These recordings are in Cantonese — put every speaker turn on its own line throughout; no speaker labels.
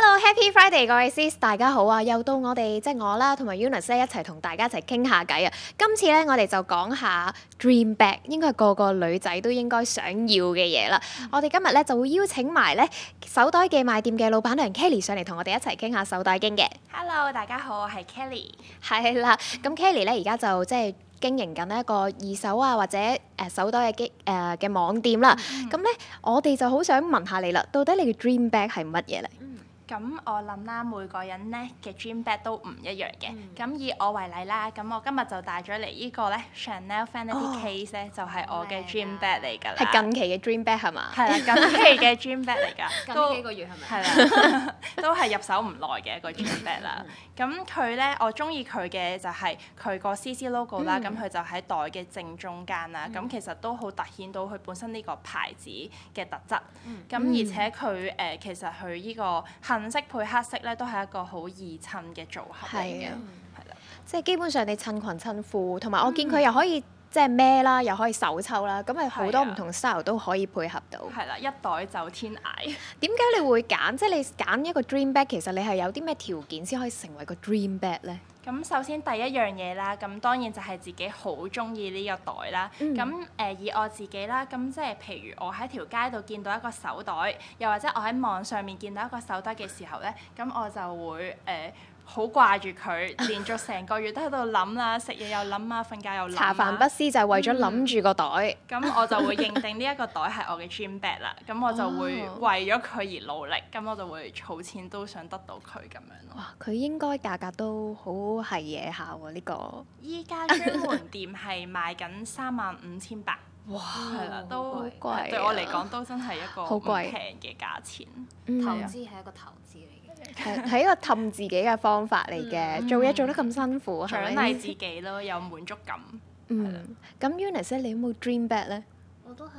Happy Friday，各位 sis，大家好啊！又到我哋即係我啦，同埋 Eunice 咧一齊同大家一齊傾下偈啊！今次咧，我哋就講下 dream bag，應該係個個女仔都應該想要嘅嘢啦。我哋今日咧就會邀請埋咧手袋寄賣店嘅老闆娘 Kelly 上嚟同我哋一齊傾下手袋經嘅。
Hello，大家好，我係 Kelly。
係啦，咁 Kelly 咧而家就即係經營緊一個二手啊或者誒、呃手袋嘅機誒嘅網店啦。咁咧、我哋就好想問下你啦，到底你嘅 dream bag 係乜嘢咧？
咁我諗啦，每個人咧嘅 dream bag 都唔一樣嘅。
嗯
咁、以我為例啦，咁我今日就帶咗嚟呢個咧 Chanel
哦
Vanity Case 咧，就係我嘅 dream bag 嚟㗎啦。
啊係近期嘅 dream bag 係嘛？
係啦，近期嘅 dream bag 嚟 㗎，
近呢幾
都
個月係
係
咪？
啦，都係入手唔耐嘅一個 dream bag 啦。咁佢咧，我中意佢嘅就係佢個 CC logo 啦，咁佢、就喺袋嘅正中間啦。咁、其實都好突顯到佢本身呢個牌子嘅特質。咁、而且佢誒、呃其實佢呢個杏色配黑色咧，都係一個好易襯嘅組合嚟
係。
嘅
啊
係啦，
即係基本上你襯裙襯褲，同埋我見佢又可以即係孭啦，又可以手抽啦，咁咪好多唔同 style 都可以配合到。
係啦，一袋走天涯。
點解你會揀？即係你揀一個 dream bag，其實你係有啲咩條件先可以成為個 dream bag 咧？
咁首先第一樣嘢啦，咁當然就係自己好中意呢個袋啦。
嗯
咁誒、呃以我自己啦，咁即係譬如我喺條街度見到一個手袋，又或者我喺網上面見到一個手袋嘅時候咧，咁我就會誒。呃好掛住 佢，連續成個月都喺度諗啦，食嘢又諗啊，瞓覺又諗
茶
啊。
飯不思就係為咗諗住個袋。
咁我就會認定呢一個袋係我嘅 dream bag 啦，咁我就會
哦
為咗佢而努力，咁我就會儲錢都想得到佢咁樣咯。
哇！佢應該價格都好係嘢下喎，呢、個
依家專門店係賣緊三萬五千八，
哇！
係啦，都
好
貴啊
係對我嚟講都真係一個
好
唔
貴
平嘅價錢。
嗯
投資係一個投資嚟嘅，
係係一個氹自己嘅方法嚟嘅，做嘢做得咁辛苦，
獎
係咪
勵自己咯，有滿足感。
嗯，咁 Eunice 咧你有冇 dream bag 咧？
我都係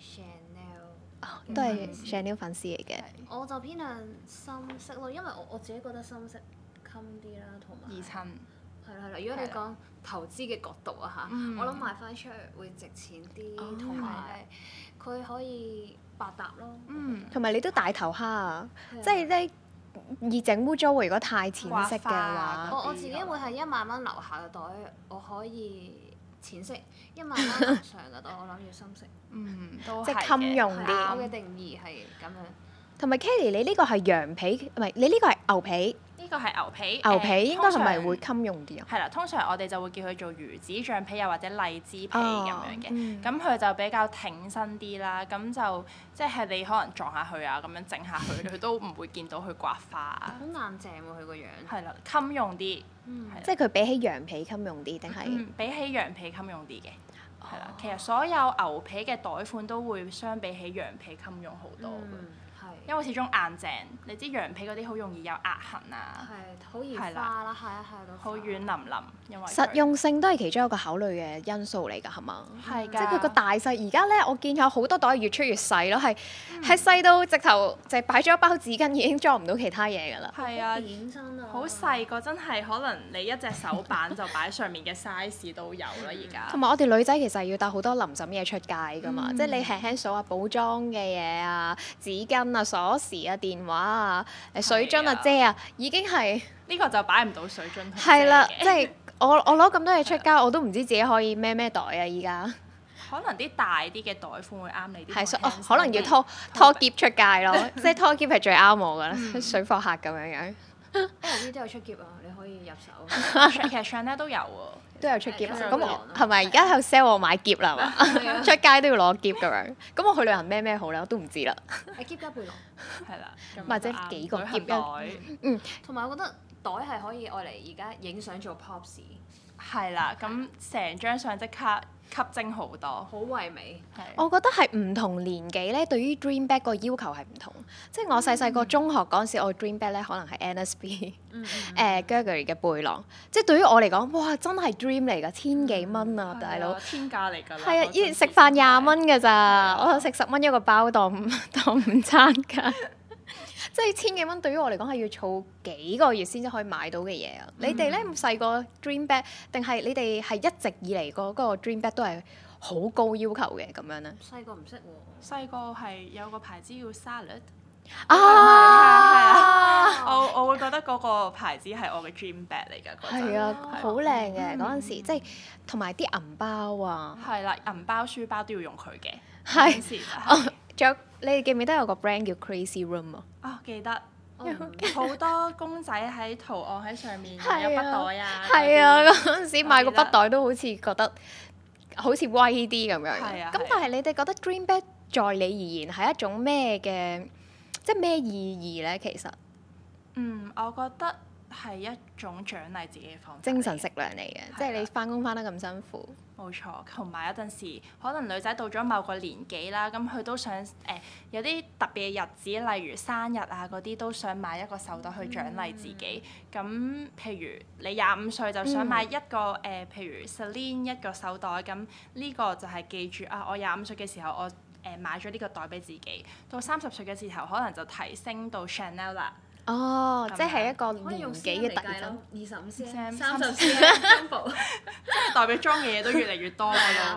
Chanel，
啊都係 Chanel 粉絲嚟嘅。
我就偏向深色咯，因為我我自己覺得深色襟啲啦，同
二
埋
襯
係啦係啦。如果你講投資嘅角度啊嚇，
嗯
我諗賣翻出去會值錢啲，
哦
同埋佢可以百搭咯。
嗯，
同埋你都大頭蝦啊，
係啊
即係咧易整污糟喎。如果太淺色嘅
刮花
話，
我我自己會係一萬蚊樓下嘅袋，我可以淺色；一萬蚊樓上嘅袋，我諗要深色。
嗯，都
即係
係
襟用
係
啲
啊我嘅
啱
定義係咁樣。
同埋 Kelly，你呢個係羊皮，唔係你呢個係牛皮，
呢個係牛皮，
牛
誒
皮應該係咪
通常
會襟用啲啊？
係啦，通常我哋就會叫佢做魚子醬皮又啊或者荔枝皮咁
哦
樣
嗯
嘅，咁佢就比較挺身啲啦，咁就即係你可能撞下佢啊，咁樣整下佢，佢都唔會見到佢刮花啊，
好硬淨喎佢個樣，
係啦，襟用啲，
嗯
係啦
即係佢比起羊皮襟用啲，定係哦
嗯，比起羊皮襟用啲嘅，係啦，其實所有牛皮嘅袋款都會相比起羊皮襟用好多嘅，
嗯係
因為始終硬淨，你知羊皮嗰啲好容易有壓痕啊，
係好易
係
花啦，
啦
係啊係啊到
好
花
軟淋淋，因為佢
實用性都係其中一個考慮嘅因素嚟㗎，係嘛？
係㗎，
即係佢個大細，而家咧我見有好多袋越出越細咯，係
嗯
係細到直頭就係擺咗一包紙巾已經裝唔到其他嘢㗎啦。
哎
係啊。
衍生啊，
好細個，真係可能你一隻手板就擺上面嘅 size 都有啦，而家
同。埋我哋女仔其實要帶好多臨枕嘢出街噶嘛，即係你輕輕數下補妝嘅嘢啊、紙巾啊、鎖匙啊、電話啊、誒水樽啊、
係啊
遮啊，已經係
呢個就擺唔到水樽同遮 嘅。
係啦，即係我我攞咁多嘢出街，我都唔知自己可以孭咩袋啊！依家
可能啲大啲嘅袋款會啱你啲。
係所
同
哦
輕身
可能要
嘅
拖拖劫出街咯，即係拖劫係最啱我噶啦，水貨客咁樣樣
LV 都有出夾啊，你可以入 手。
其實 Chanel 都有喎。
都有出劫啊。
係
咁
有
我
狼啊
係咪而家喺度 sell 我買劫啦？係嘛，
係啊
出街都要攞劫咁樣。咁我去旅行孭咩好咧？我都唔知啦。
你 keep 一背囊，
係啦，咁
或者
就啱
幾個
旅行
夾
袋
同埋我覺得袋係可以愛嚟而家影相做 props，
係啦，咁成張相即刻吸睛好多。
好唯美。
係。
我覺得係唔同年紀咧，對於 dream bag 個要求係唔同。即係我細細個中學嗰陣時，我 dream bag 咧可能係 NSB
嗯
誒 Gregory 嘅背囊，即係對於我嚟講，哇真係 dream 嚟㗎，千幾蚊啊，大佬
係啊。天價嚟㗎啦。
係啊
嗰，陣
以前食
時
飯廿蚊㗎咋，我食十蚊一個包當 當午餐㗎。 即係千幾蚊對於我嚟講係要儲幾個月先至可以買到嘅嘢啊！你哋咧細個 dream bag 定係你哋係一直以嚟嗰個 dream bag 都係好高要求嘅咁樣咧？
細個唔識喎，
細個係有個牌子叫 Salad。係係係
啊！
牌子係我嘅 dream bag 嚟㗎嗰
係
陣。
啊，
係啊
好靚嘅嗰陣時，
嗯
即係同埋啲銀包啊，
係啦，銀包、書包都要用佢嘅。
係哦
嗰陣時就係
仲有你哋記唔記得有個 brand 叫 Crazy Room 啊？
啊，記得
哦
嗯
我唔
好多公仔喺圖案喺上面，有
係啊
筆袋啊。
係啊，
嗰啲，
嗰陣時買個筆袋都好似覺得好似威啲咁樣
係
嘅。
啊
咁
係啊
但係你哋覺得 Dream Bag 在你而言係一種咩嘅，即係咩意義咧？其實
嗯，我覺得係一種獎勵自己嘅方法嚟嘅。
精神食糧嚟嘅，即係你翻工翻得咁辛苦，
冇錯，同埋有陣時可能女仔到咗某個年紀啦，咁佢都想誒、有啲特別嘅日子，例如生日啊嗰啲，都想買一個手袋去獎勵自己。咁、譬如你廿五歲就想買一個誒、譬如 Celine 一個手袋，咁呢個就係記住啊，我廿五歲嘅時候我。誒買咗呢個袋俾自己，到三十歲嘅時候可能就提升到 Chanel 啦，
哦，
咁
即係一個
可以
年
用
紀
cm
嘅
嚟
特別
計
增
咯，二十五
cm
cm、三十 cm
即係代表裝嘅嘢都越嚟越多啦。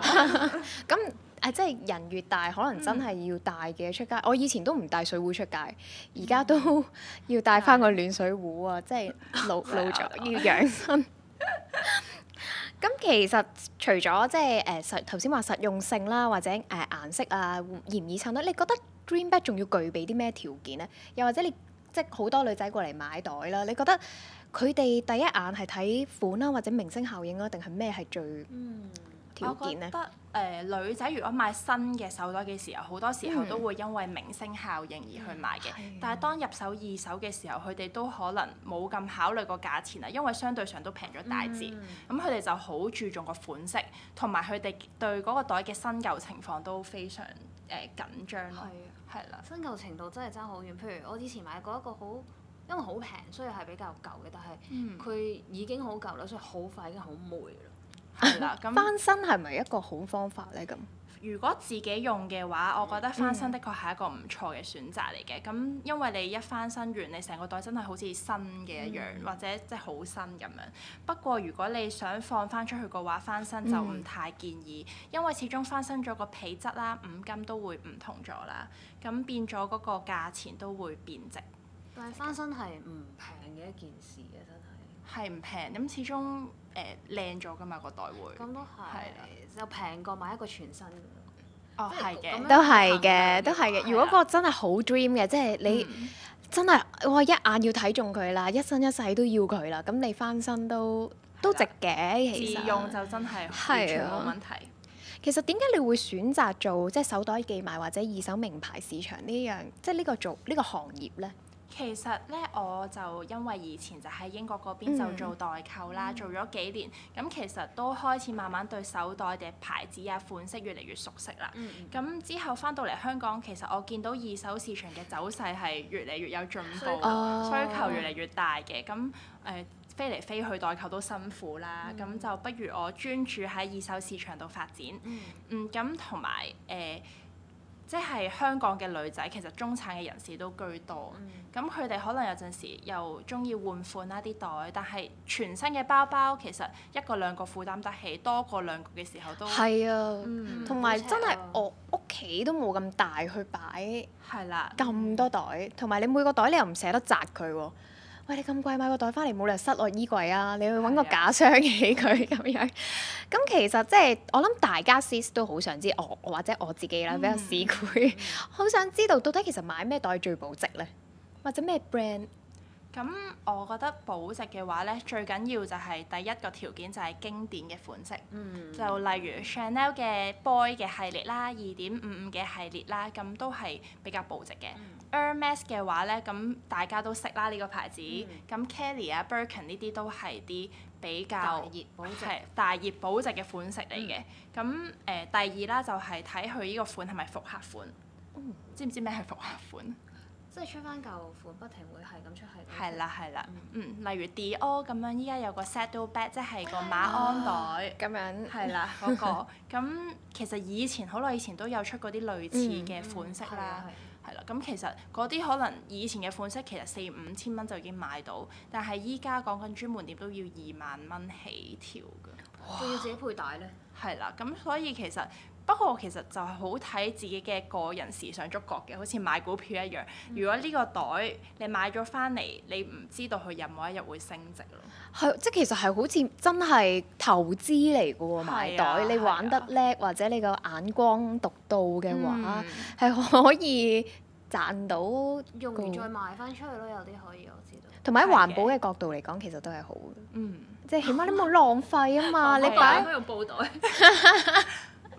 咁誒，即係人越大，可
嗯
能真係要帶嘅出街。我以前都唔帶水壺出街，而家
嗯
都 要帶翻個暖水壺啊！即係老老咗，
啊
要養生。咁其實除咗即係誒實頭先話實用性啦，或者誒、呃、顏色啊，易唔易襯得？你覺得 Dream Bag 仲要具備啲咩條件咧？又或者你即係好多女仔過嚟買袋啦，你覺得佢哋第一眼係睇款啦，或者明星效應啊啦，定係咩係最
嗯，
條件
我
咧
覺？得誒、呃女仔如果買新嘅手袋嘅時候，好多時候
嗯
都會因為明星效應而去買嘅。
係啊
但係當入手二手嘅時候，佢哋都可能冇咁考慮個價錢啦，因為相對上都平咗大截。
嗯
咁佢哋就好注重個款式，同埋佢哋對嗰個袋嘅新舊情況都非常誒、呃、緊張
係
咯。
啊。
係啦，
新舊程度真係爭好遠。譬如我以前買過一個好，因為好平，所以係比較舊嘅，但係
嗯，
佢已經好舊啦，所以好快已經好霉啦。
係啦。咁
翻身係咪一個好方法咧？咁
如果自己用嘅話，
嗯
我覺得翻身的確係一個唔錯嘅選擇嚟嘅。咁、因為你一翻身完，你成個袋真係好似新嘅一樣，
嗯
或者即係好新咁樣。不過如果你想放翻出去嘅話，翻身就
嗯
唔太建議，因為始終翻身咗個皮質啦、五金都會唔同咗啦，咁變咗嗰個價錢都會變值。
但係翻身係唔平嘅一件事嘅，真
係唔平，咁始終誒靚咗㗎嘛個袋會，
係。咁都
係啦
係，就平過買一個全新嘅。
哦
即係
係
咁
嘅
樣，
都係嘅，
嗯
都係
係啊
嘅。
啦
如果個真係好 dream 嘅，即係你
嗯
真係哇一眼要睇中佢啦，一生一世都要佢啦，咁你翻身都都值嘅。
自
其
用
實
就真係完
係
全
啊
冇問題。
其實點解你會選擇做即係手袋寄賣或者二手名牌市場呢樣，即係呢個做呢個行業咧？
其實咧，我就因為以前就喺英國嗰
嗯
邊就做代購啦，做咗幾年，咁其實都開始慢慢對手袋嘅牌子啊、款式越嚟越熟悉啦。
嗯
咁之後翻到嚟香港，其實我見到二手市場嘅走勢係越嚟越有進步，需
需求
哦
求越嚟越大嘅。咁誒、呃飛嚟飛去代購都辛苦啦，
嗯
咁、就不如我專注喺二手市場度發展。
嗯，
嗯，咁同埋誒，即係香港嘅女仔，其實中產嘅人士都居
嗯
多。咁佢哋可能有陣時又中意換款啦啲袋，但係全新嘅包包其實一個兩個負擔得起，多過兩個嘅時候都
係啊，
嗯
同埋
好赤
真係
啊
我屋企都冇咁大去擺。
係啦，
咁多袋，同埋你每個袋你又唔捨得摘佢喎。喂，你咁貴買個袋翻嚟，冇理由塞落衣櫃啊！你去揾個
係啊
假箱起佢咁樣。咁其實即係我諗大家 sis 都好想知我或者我自己
嗯
啦，比較市儈，好、想知道到底其實買咩袋最保值呢？或者咩 brand？
咁我覺得保值嘅話咧，最緊要就係第一個條件就係經典嘅款式。
嗯，
就例如 Chanel 嘅 Boy 嘅系列啦，二點五五嘅系列啦，咁都係比較保值嘅。Hermes
嗯
嘅話咧，咁大家都識啦呢、個牌子。
嗯
咁、Kelly 啊、Birkin 呢啲都係啲比
大
較
熱保值。嗯
係大熱保值嘅款式嚟嘅。咁誒、呃第二啦，就係睇佢呢個款係咪復刻款。
哦
嗯
知唔知咩係復刻款？
即係出翻舊款，不停會係咁出係。
係。啦係啦，嗯，例如 Dior 咁樣，依家有個 Saddle Bag，即係個馬鞍袋。
啊
哦
咁樣
係 啦，嗰、個咁其實以前好耐以前都有出嗰啲類似嘅款式啦，
嗯，係啊
係啦、咁其實嗰啲可能以前嘅款式其實四五千蚊就已經買到，但係依家講緊專門店都要二萬蚊起跳㗎，
係仲要自己佩戴咧。
係啦，咁所以其實不過其實就係好睇自己嘅個人時尚觸覺嘅，好似買股票一樣。
嗯
如果呢個袋你買咗翻嚟，你唔知道佢有冇一日會升值咯。
係即係其實係好似真係投資嚟嘅喎，買
係啊
袋你玩得叻或者你個眼光獨到嘅話，
嗯
嗯
係、可以賺到，
用完再賣翻出去咯，有啲可以我知道。
同埋喺
係
環
嘅
保嘅角度嚟講，其實都係好嘅，
嗯，
即係起 碼你冇浪費啊嘛，你
我擺
擺
喺度布袋，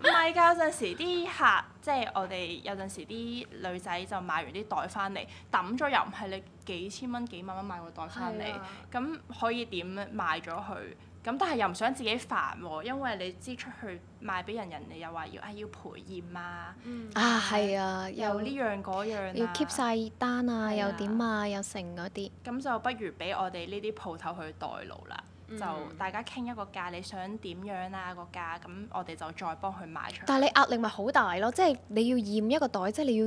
唔係㗎，有陣時啲客即係我哋有陣時啲女仔就買完啲袋翻嚟抌咗，又唔係你幾千蚊幾萬蚊買個袋翻嚟
係啊，
咁可以點咧賣咗佢？咁但係又唔想自己煩喎，因為你知出去賣俾人，人哋又話要啊要賠驗啊，
嗯
啊係啊，又
又呢樣嗰樣啊
要 keep 晒單啊，
係啊
又點啊，又成嗰啲。
咁就不如俾我哋呢啲鋪頭去代勞啦。
嗯
就大家傾一個價，你想點樣啊個價，咁我哋就再幫佢賣出去。
但係你壓力咪好大咯，即係你要驗一個袋，即係你要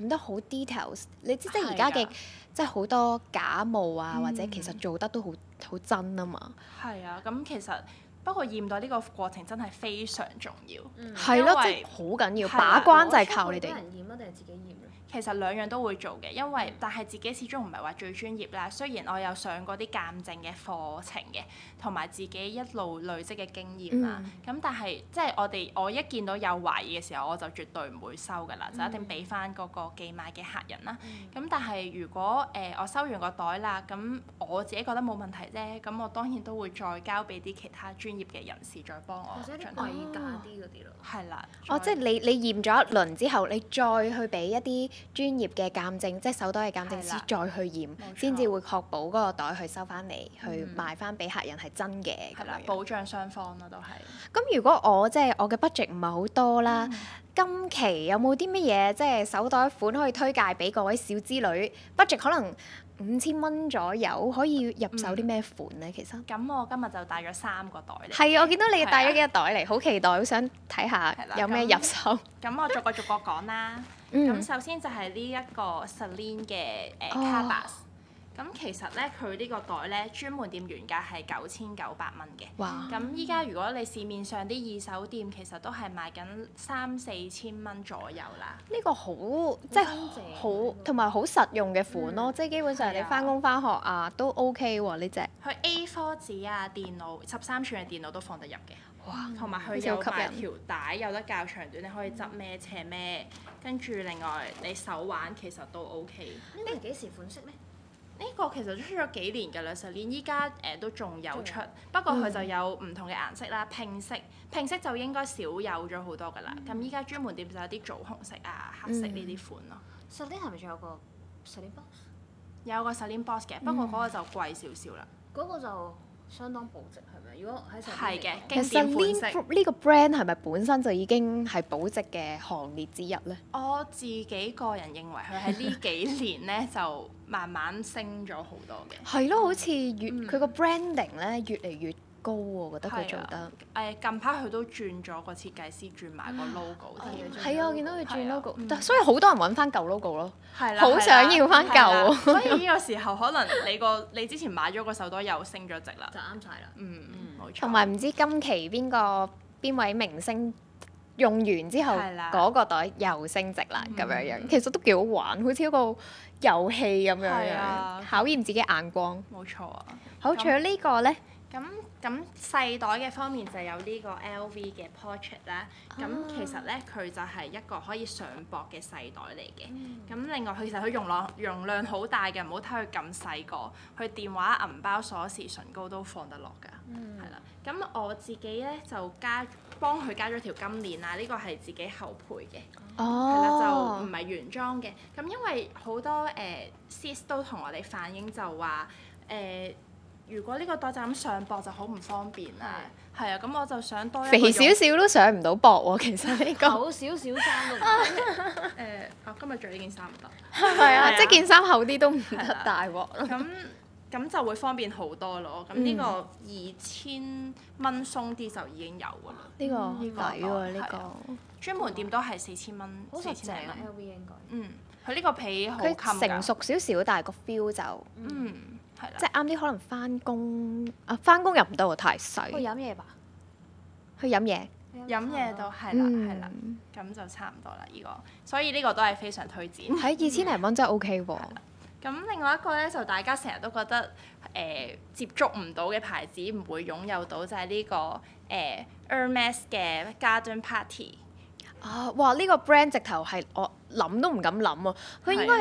驗得好 details。你知即係而家嘅
係㗎啊
即係好多假冒啊，
嗯
或者其實做得都好好真啊嘛。
係啊，咁其實不過驗袋呢個過程真係非常重要。
嗯
係咯，
因
即
為
係好緊要，
係
把
啦
關就係靠你
攞
哋
出去。俾人驗啊咯，定係自己驗咧？
其實兩樣都會做嘅，因為但係自己始終唔係話最專業啦。雖然我有上過啲鑑證嘅課程嘅，同埋自己一路累積嘅經驗啊
嗯
啦。咁、但係即係我哋我一見到有懷疑嘅時候，我就絕對唔會收㗎啦，就一定俾翻嗰個寄買嘅客人啦。咁、但係如果誒、呃我收完個袋啦，咁我自己覺得冇問題啫，咁我當然都會再交俾啲其他專業嘅人士再幫我
或者
進
啲
行。
貴價啲嗰啲咯。
係啦，
哦，
再
即係你你驗咗一輪之後，你再去俾一啲專業嘅鑑證，即係手袋嘅鑑證師
係啦
再去驗，
冇錯
先至會確保嗰個袋去收翻嚟，去
嗯
賣翻俾客人係真嘅咁
係啦，
樣。
保障雙方啦，都係。
咁如果我即係我嘅 budget 唔係好多啦，
嗯
今期有冇啲乜嘢即係手袋款可以推介俾各位小資女？budget 可能五千蚊左右，可以入手啲咩款呢？其實
咁我今日就帶咗三個袋嚟，
係啊，我見到你
係啊
帶咗幾個袋嚟，好期待，好想睇下
係啦
有咩
咁
入手。
咁我逐個逐個講啦。咁、
嗯，
首先就係呢一個 Celine 嘅誒
哦
Cabas。咁其實咧，佢呢個袋咧專門店原價係九千九百蚊嘅。
哇！
咁依家如果你市面上啲二手店，其實都係賣緊三四千蚊左右啦。
呢個好啊即係
新淨
好同埋好實用嘅款咯，嗯即係基本上
係
你
啊
翻工翻學啊都 OK 喎呢只，
佢 A4 紙啊、電腦十三寸嘅電腦都放得入嘅。
哇！
同埋佢
好似
有
好吸
埋
引
條帶，有得較長短，你可以執咩斜咩。跟住另外你手環其實都 OK。
呢個係幾時款式咧？
呢個其實都出咗幾年㗎啦 c e l i 依家誒都仲有出
仲有，嗯
不過佢就有唔同嘅顏色啦，拼色，拼色就應該少有咗好多㗎
嗯
啦。咁依家專門店就有啲棗紅色啊、黑色呢啲款咯。
十年係咪仲有個十年包？
有個 c e l i Boss
嗯
嘅，不過嗰個就貴少少啦。
嗰個就相當保值係咪？如果喺十
係嘅，
其
經
實
典款
呢
式。
呢個 brand 係咪本身就已經係保值嘅行列之一呢？
我自己個人認為佢喺呢幾年咧就慢慢升咗好多嘅。
係咯，好似越
嗯
佢個 branding 咧越嚟越高喎，我覺得佢做
係啊
得
誒近排佢都轉咗個設計師，轉埋個 logo
啊
添。
係啊，我見到佢轉
係啊
logo，
嗯
但所以好多人揾翻舊 logo 咯。
係啦，
好
係啦
想要返舊
係啦所以呢個時候可能你個你之前買咗個手袋又升咗值啦
就。啱晒啦。
嗯，冇錯。
同埋唔知今期邊個邊位明星用完之後，
係啦
嗰個袋又升值啦，
嗯
咁樣樣其實都幾好玩，好似一個遊戲咁樣
係
樣
啊，
考驗自己眼光。
冇錯啊。
好，
咁
除咗呢個咧，
咁咁細袋嘅方面就有呢個 LV 嘅 Portrait 啦。咁
啊
其實咧佢就係一個可以上膊嘅細袋嚟嘅。咁另外佢其實佢容量容量好大嘅，唔好睇佢咁細個，佢電話、銀包、鎖匙、唇膏都放得落㗎。係啦，咁我自己咧就加幫佢加咗條金鏈啦，呢個係自己後配嘅。係啦，就唔
哦，
係原裝嘅。咁因為好多誒、sis 都同我哋反映就話誒、如果呢個袋就咁上膊就好唔方便啦。係啊，咁我就想多一個
肥
用
少少都上唔到膊喎，其實呢個
厚少少 衫都唔得
誒，啊今日着呢件衫唔得。
係啊，
係啊
即係件衫厚啲都唔
係啊
得
啦
大鑊咯。
咁咁就會方便好多咯。咁
嗯
呢個二千蚊鬆啲就已經有㗎啦。
呢個
嗯呢個
抵喎，
係
呢
啊專門店都係四千蚊，
好
四
實正
千零
啊
蚊。
！LV 應該
嗯，佢呢個被好
個
襟
佢成
㗎。
熟少少，但係個 feel 就
嗯，係啦
即。係啱啲，可能翻工啊，翻工又唔得喎，太細
去。飲嘢吧。
去飲嘢，
哎飲嘢度係啦
嗯
係啦，咁就差唔多啦呢個，所以呢個都係非常推薦。
喺二千零蚊真係 OK 喎。
咁另外一個咧，就大家成日都覺得誒、呃接觸唔到嘅牌子，唔會擁有到就係呢、個誒、呃 Hermes 嘅 Garden Party。
啊！哇！呢、個 brand 直頭係我諗都唔敢諗啊！佢應
係
該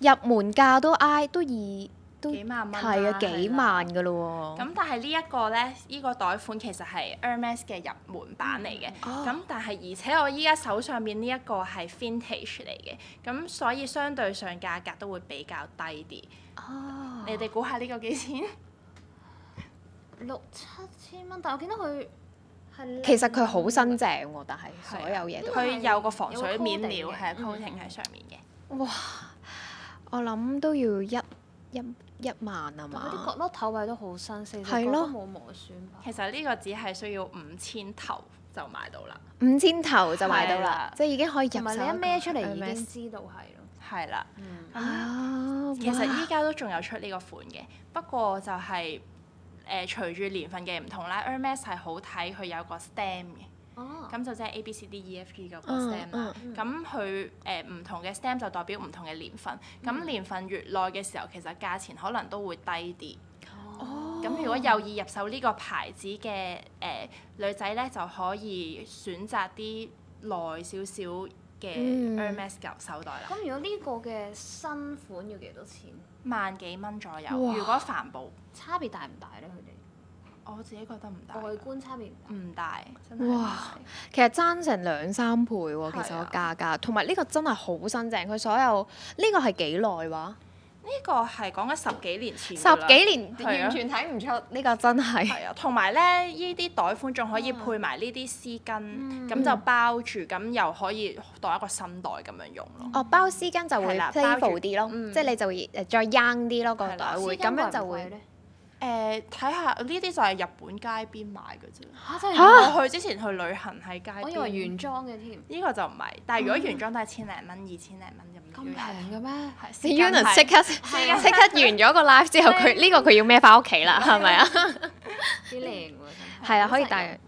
係入門價都 I 都二都
幾萬蚊啦
係啊幾
係啦
萬噶咯喎。
咁但係呢一個咧，呢、個袋款其實係 Hermes 嘅入門版嚟嘅。
哦
咁、但係而且我依家手上邊呢一個係 vintage 嚟嘅，咁所以相對上價格都會比較低啲。
哦
你哋估下呢個幾錢？
六七千蚊，但我見到佢係
其實佢好新淨喎，但係所有嘢都
係啊
佢有個防水面
有
料
個
係
嗯
coating 嘅
coating 喺上面嘅。
我諗都要一一一萬啊
但嗰啲
嘛。
角落頭位都好新，四隻
係
角
咯
都冇磨損吧。
其實呢個只係需要五千頭就買到啦，
五千頭就買到
係
啦
啦，
即係已經可以入手
同埋你
個
一孭出嚟
Hermes
已經知道係咯。
係啦。
嗯
咁、
啊！
其實
哇
依家都仲有出呢個款嘅，不過就係、誒、隨住年份嘅唔同啦，Hermes 係好睇佢有個 stem 嘅，
哦，
咁就即係 A B C D E F G 嗰個
嗯
stem 啦。咁佢誒唔同嘅 stem 就代表唔同嘅年份，
嗯
咁年份越耐嘅時候，其實價錢可能都會低啲。
哦
咁如果有意入手呢個牌子嘅誒、呃女仔咧，就可以選擇啲耐少少嘅
嗯
Hermes 舊手袋啦，
咁如果呢個嘅新款要幾多錢？
萬幾蚊左右。
哇
如果帆布，
差別大唔大咧？佢
我自己覺得唔大啊
哋，外觀差別唔大。
唔大，真係唔
哇
大
其實爭成兩三倍喎，其實
係啊
個價格，同埋呢個真係好新淨，佢所有呢個係幾耐話？
呢個係講緊十幾年前㗎
十
啦
幾年
係啊
完全睇唔出呢個真係。
係啊，同埋咧，呢啲袋款仲可以配埋呢啲絲巾，
嗯
咁就包住，咁又可以當一個新袋咁樣用咯。
哦，包絲巾就
係
會
啦包
playful
住
啲咯，
嗯
即係你就會誒再 young 啲咯個
係啦
袋會，
絲巾
咁樣
貴唔
就
貴
會嗯
咧
誒，睇下呢啲就係日本街邊買嘅啫。
嚇真係
嚇
原
我去之前去旅行喺街邊，
來我以為原裝嗯嘅添，
呢個就唔係，但係如果原裝都係千零蚊、二千零蚊咁
咁平嘅咩？
係時間
Yunus
係
即刻
係啊
即刻完咗個 live 之後，佢呢個佢要孭翻屋企啦，係咪啊？
幾靚喎！真係
係啦，啊
好
可以
實
帶。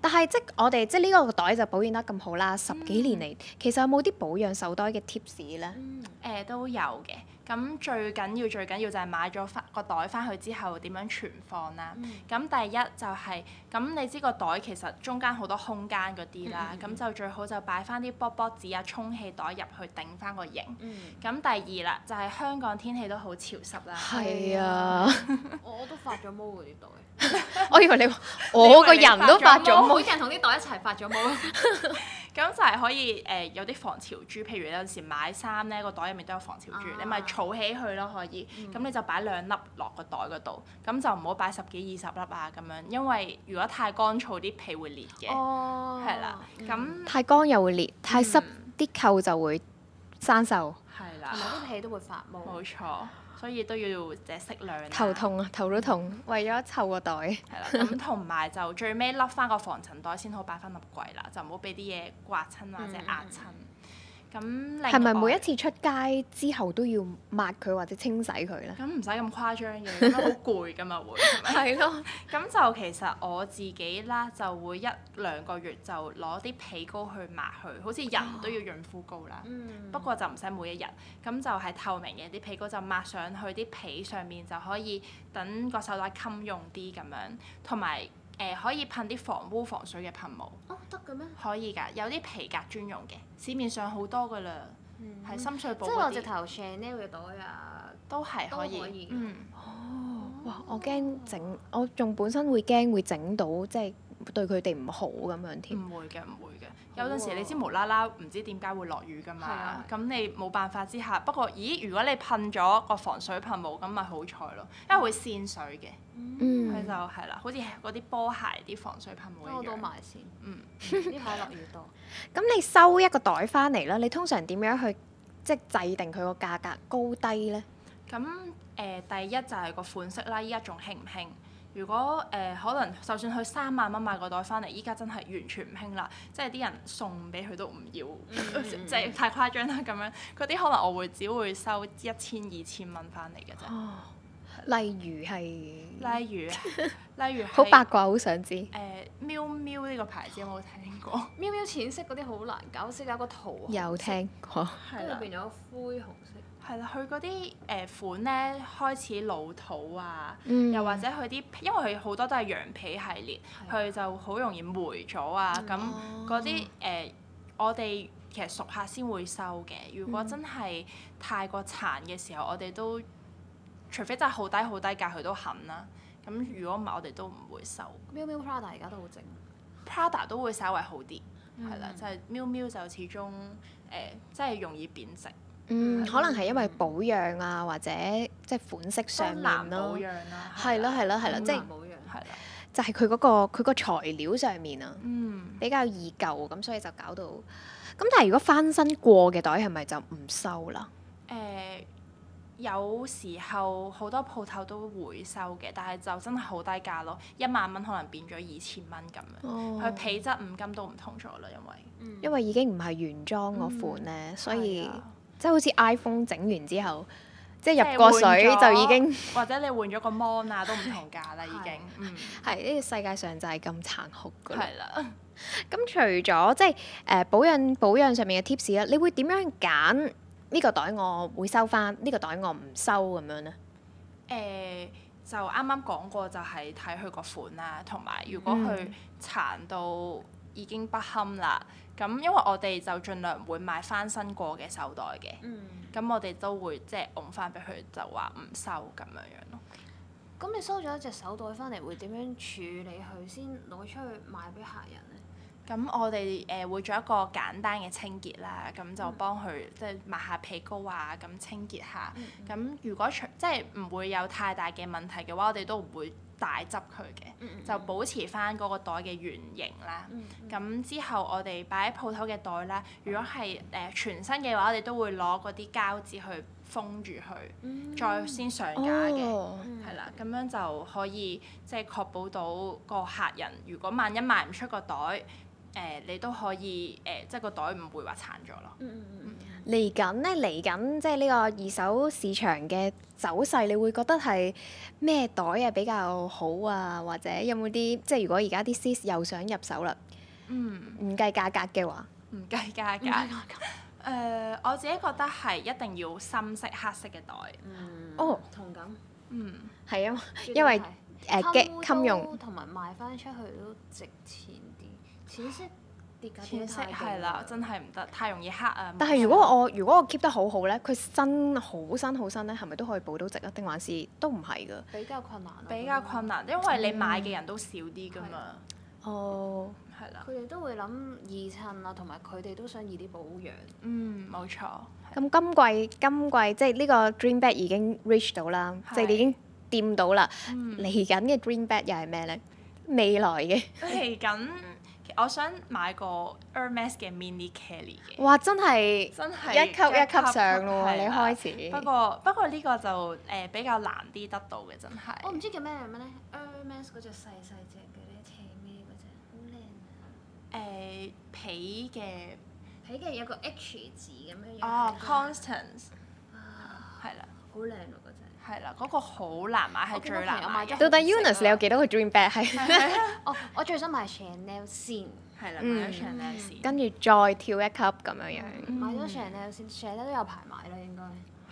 但係即係我哋即係呢個袋就保養得咁好啦，十幾
嗯
年嚟，其實有冇啲保養手袋嘅 tips 咧？
嗯
誒都有嘅。咁最緊要最緊要就係買咗翻個袋翻去之後點樣存放啦。
嗯
咁第一就係、咁你知個袋其實中間好多空間嗰啲啦
嗯，
咁就最好就擺翻啲波波紙啊、充氣袋入去頂翻個型。
嗯，
咁第二啦，就係、香港天氣都好潮濕啦。
係
係
啊
啊，我我都發咗毛喎啲 袋，
我以為 你話我個人都發咗
我
毛
每，個人同啲袋一齊發咗 毛。
咁就係可以誒、呃有啲防潮珠，譬如有陣時買衫咧，個袋入面都有防潮珠，
啊
你咪儲起佢咯，可以。
嗯
咁、你就擺兩粒落個袋嗰度，咁就唔好擺十幾二十粒啊咁樣，因為如果太乾燥啲皮會裂嘅，係、
哦
啦。
嗯
咁
太乾又會裂，太濕
嗯
啲扣就會生鏽，
係
同
啦，
埋啲被都會發毛。
冇錯，所以都要誒適量啦
嗯頭。痛啊，頭都痛，為咗湊個袋。
係啦，咁同埋就最尾笠翻個防塵袋先好擺翻入櫃啦，就唔好俾啲嘢刮親啊或者壓親。咁另
嗯係咪每
外
一次出街之後都要抹佢或者清洗佢咧？
咁唔使咁誇張嘅，咁樣好攰噶嘛會係咪？
係咯，
咁就其實我自己啦，就會一兩個月就攞啲被膏去抹佢，好似人都要潤膚膏啦。
啊嗯
不過就唔使每一日，咁就係透明嘅啲被膏就抹上去啲被上面就可以等個手袋襟用啲咁樣，同埋誒可以噴啲防污防水嘅噴霧，
哦得嘅咩？
可以㗎，有啲皮革專用嘅，市面上好多㗎啦，
嗯
係深水埗
即係
嗰
我直
啲
頭 Chanel 嘅袋啊，
都係可以，
都可以
嗯，
哦，哇！我驚整，我仲本身會驚會整到，即係對佢哋唔好咁樣添。
唔會嘅，唔會嘅。
好
有陣時
喎
你知無啦啦唔知點解會落雨㗎
係
嘛
啊，
咁你冇辦法之下，不過咦，如果你噴咗個防水噴霧，咁咪好彩咯，因為會跣水嘅，
嗯
佢就係啦，好似嗰啲波鞋啲防水噴
幫
霧
我
一
倒
樣。
埋先。
嗯，
呢排落雨多。
咁你收一個袋翻嚟啦，你通常點樣去即係制定佢個價格高低咧？
咁誒、呃第一就係個款式啦，依家仲興唔興？如果誒、呃可能就算佢三萬蚊買個袋翻嚟，依家真係完全唔興啦，即係啲人送俾佢都唔要，
嗯
即係太誇張啦咁樣。嗰啲可能我會只會收一千二千蚊翻嚟嘅啫。
哦，例如係
例如例如係
好八卦，好想知。
誒喵喵呢個牌子有冇聽過？
喵喵淺色嗰啲好難搞，識有個圖，啊
有聽過，
係
跟住
啦，
變咗灰紅色。
係啦，佢嗰啲誒款咧開始老土啊，
嗯
又或者佢啲，因為佢好多都係羊皮系列，
嗯
佢就好容易霉咗啊。咁
哦
嗰啲誒，我哋其實熟客先會收嘅。如果真係太過殘嘅時候，我哋都除非真係好低好低價，佢都肯啦。咁如果唔係，我哋都唔會收。
喵喵 Prada 而家都好正，
Prada 都會稍微好啲，係
嗯
啦、就係喵喵就始終誒、即係容易貶值，
嗯，可能係因為保養啊，或者即係款式上
都難
面
保
咯，
養啦，
係咯係咯係咯，即係
啊冇樣。
係啦，
就係佢嗰個佢個材料上面啊，
嗯，
比較易舊，咁所以就搞到。咁但係如果翻新過嘅袋係咪就唔收啦？
嗯誒、有時候好多鋪頭都回收嘅，但係就真係好低價咯，一萬蚊可能變咗二千蚊咁樣，
哦
佢、皮質五金都唔同咗啦，因為
嗯
因為已經唔係原裝嗰款咧，所以
係啊
即係好似 iPhone 整完之後，即
即
係
係
入過水
換咗
就已經。
或者你換咗個 mon 啊都唔同價啦，已經
係，
嗯，
係呢個世界上就係咁殘酷㗎啦。
係啦。
咁除咗即係誒保養保養上面嘅 tips 啦，你會點樣揀呢個袋我會收翻，呢、個袋我唔收咁樣呢？
誒、就啱啱講過，就係睇佢個款啦，同埋如果佢殘到已經不堪啦，啊咁因為我哋就盡量唔會買翻新過嘅手袋嘅，
嗯，
咁我哋都會即係拱翻俾佢，就話唔收咁樣樣咯。
咁你收咗一隻手袋翻嚟，會點樣處理佢先攞出去賣俾客人咧？
咁我哋誒、會做一個簡單嘅清潔啦，咁就幫佢即係抹下皮膏啊，咁清潔下。咁、如果除即係唔會有太大嘅問題嘅話，我哋都唔會大執佢嘅，
嗯
就保持翻嗰個袋嘅原形啦。咁、之後我哋擺喺鋪頭嘅袋啦，如果係誒、呃全新嘅話，我哋都會攞嗰啲膠紙去封住佢，
嗯
再先
哦
上架嘅。係啦，咁樣就可以即係確保到個客人，如果萬一賣唔出個袋，誒、你都可以誒、即係個袋唔會話殘咗咯。
嗯嗯嗯。
嚟緊呢，嚟緊即係呢個二手市場嘅走勢，你會覺得係咩袋啊比較好啊？或者有冇啲即係如果而家啲 sis 又想入手啦，
嗯，
唔計價格嘅話，
唔計價格。誒、我自己覺得係一定要深色黑色嘅袋。
嗯
哦
同感，
嗯，
係啊嘛，
絕對
因為
係
誒
襟
嘅襟用
都同埋賣翻出去都值錢啲，淺色跌價跌
淺
得
色
太勁啊
係啦，真係唔得，太容易黑啊。
但係如果我如果我 keep 得好好咧，佢新好新好新咧，係咪都可以保到值啊？定還是都唔係噶？
比較困難啊
比較困難，因為你買嘅人都少啲㗎嘛。
哦，
係啦，
佢哋都會諗二襯啊，同埋佢哋都想易啲保養。啊
嗯，冇錯。
咁今季今季即係呢個 dream bag 已經 reach 到啦，
係
即係你已經掂到啦。
嗯
嚟緊嘅 dream bag 又係咩咧？未來嘅，
嚟緊，我想買個 Hermes 嘅 mini Kelly 嘅。
哇！真係
真係
一級一級上咯喎，
係
你
啦
開始。
不過不過呢個就誒、比較難啲得到嘅，真係。
我唔知叫咩名咧，Hermes 嗰隻細細隻嘅咧，斜咩嗰
誒、
隻，好靚啊！
呃皮嘅
睇嘅有個 H 字咁樣樣。
哦 Constance
啊
係啦
好靚啊嗰隻。
係啦，嗰、個好難買，係
我見到
最難買
朋友買
嘅。
到底
好食啊
Eunice 你有幾多個 dream bag 係？
哦，我最想買 Chanel 先，
係啦，
嗯
買咗 Chanel 先。 嗯
跟住再跳一級咁樣樣。
買咗 Chanel 先，Chanel 都有排買啦應該。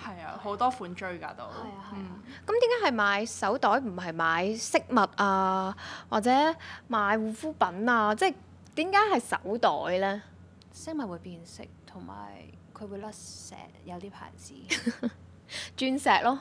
係啊，好多款追㗎都。係嗯
係啊係啊。
咁點解係買手袋唔係買飾物啊，或者買護膚品啊？即係點解係手袋咧？
飾物會變色，同埋佢會甩石，有啲牌子。
鑽石咯，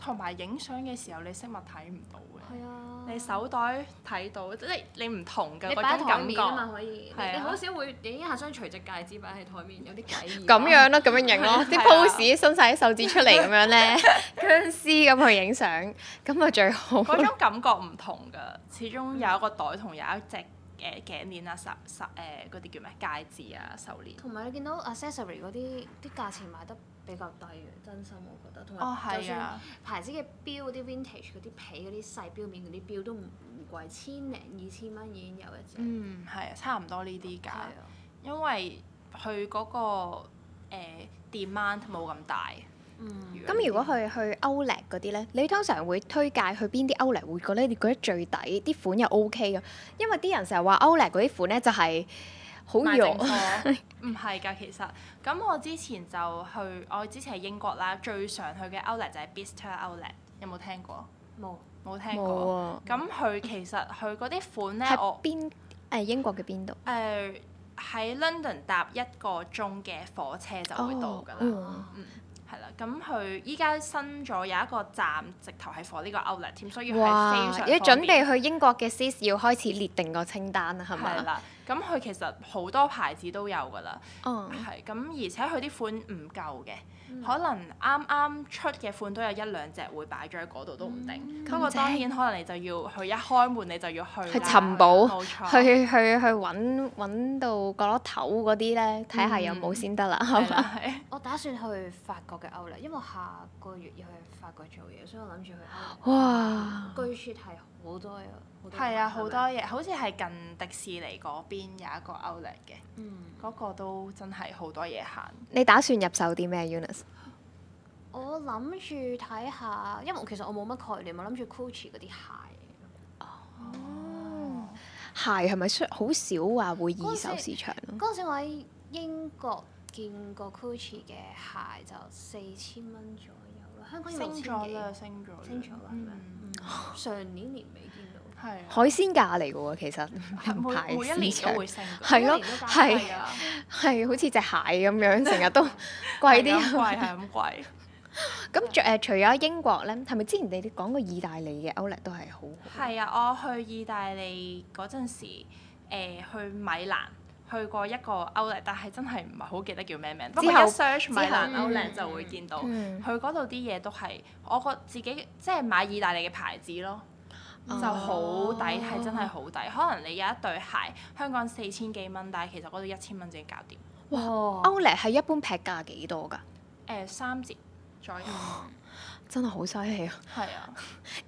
同埋影相嘅時候，你飾物睇唔到嘅。
係啊
你手袋睇到，即係你唔同嘅
你
嗰
擺喺
種
台
感
面啊
覺
嘛，。可以。
係啊
你你好少會影一下張除夕戒指擺喺台面，有啲鬼異。
咁樣咯，咁樣影咯，啲
係啊
pose 伸晒啲手指出嚟咁樣 咧，僵屍咁去影相，咁啊最好。
嗰種感覺唔同㗎，始終
嗯
有一個袋同有一隻誒、呃、頸鏈啊、手手誒嗰啲叫咩戒指啊、手鏈。
同埋你見到 accessory 嗰啲啲價錢賣得比較低嘅，真心我覺得。同埋
哦，
就
係
算
啊，
牌子嘅錶嗰啲 vintage 嗰啲皮嗰啲細錶面嗰啲錶都唔唔貴，千零二千蚊已經有一隻。
嗯，係啊，差唔多呢啲
係
㗎，
啊。
因為佢嗰、個、呃、demand 冇咁大，
嗯，
咁如果去去歐力嗰啲咧，你通常會推介去邊啲歐力會覺得你覺得最抵，啲款又 OK 咁？因為啲人成日話歐力嗰啲款咧就係好哦
賣正
弱，
貨 唔係㗎，其實咁我之前就去，我之前喺英國啦，最常去嘅 Outlet 就係 Bicester Outlet，有冇聽過？
冇
冇聽過。
冇啊喎。
咁佢其實佢嗰啲款咧，
係
我
邊誒英國嘅邊度？
誒喺 London 搭一個鐘嘅火車就會到㗎啦。
哦
嗯，係啦，咁佢依家新咗有一個站，直頭係放呢個 Outlet 添，所以係非
哇！
常
要準
方便
備去英國嘅 sis 要開始列定個清單啦，係咪
係？啦，咁佢其實好多牌子都有㗎啦，
哦，
係咁、而且佢啲款唔夠嘅，可能啱啱出嘅款都有一兩隻會擺咗喺嗰度都唔定。不過
咁正
當然可能你就要去一開門你就要去
去
啦
尋寶
冇錯，
去去去揾揾到角落頭嗰啲咧，睇下有冇先得啦，係
嗯係
嘛？
啦係
我打算去法國嘅歐力，因為我下個月要去法國做嘢，所以我諗住去歐力。
哇！
據說係好多有好多
係啊，
買
好
咪
多嘢，好似係近迪士尼嗰邊有一個 Outlet 嘅，
嗯，
嗰、個都真係好多嘢行。
你打算入手啲咩，Eunice？
我諗住睇下，因為我其實我冇乜概念，我諗住 Gucci 嗰啲鞋。
哦
鞋係咪出好少話會
嗰
二
陣
手
時
市場啊咯？
嗰陣時我喺英國見過 Gucci 嘅鞋就四千蚊左右啦，香港要
升
六千
咗啦，
幾，
升咗啦，
清楚啦，係咪？
嗯
嗯上年年尾見到。
係啊
海鮮價嚟嘅喎，其實品牌
每每一
市
年
場
都會升㗎。
係咯
每一年都，加
係
係啊，
係好似隻蟹咁樣，成 日都貴
係咁
啲。
貴係咁貴。
咁除誒除咗英國咧，係咪之前你哋講過意大利嘅 Outlet 都係好好？
係啊，我去意大利嗰陣時，誒、去米蘭去過一個 Outlet，但係真係唔係好記得叫咩名。不過一
之後
search 米蘭
之
後
Outlet
嗯
就會見到，
嗯
佢嗰度啲嘢都係我覺自己即係買意大利嘅牌子咯。就
哦
好抵，係真係好抵。可能你有一對鞋，香港四千幾蚊，但係其實嗰度一千蚊自己搞掂。
哇！
Outlet 係一般劈價幾多㗎？
誒、三折左右，
哦真係好犀利啊！
係啊。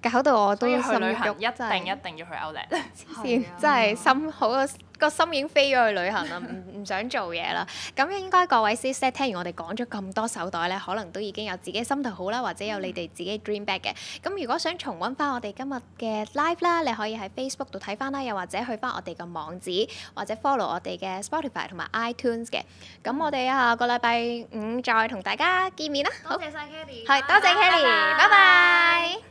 搞到我都
所以去
心
旅行
喐，
一定
真係
一定要去 Outlet。
黐線真係心好個個心已經飛咗去旅行啦，唔唔 想做嘢啦。咁應該各位 sis 咧，聽完我哋講咗咁多手袋咧，可能都已經有自己心頭好啦，或者有你哋自己 dream bag 嘅。咁如果想重温翻我哋今日嘅 live 啦，你可以喺 Facebook 度睇翻啦，又或者去翻我哋嘅網址，或者 follow 我哋嘅 Spotify 同埋 iTunes 嘅。咁我哋下個禮拜五再同大家見面啦。好，
多謝晒 Kelly，
係多謝 Kelly，拜拜。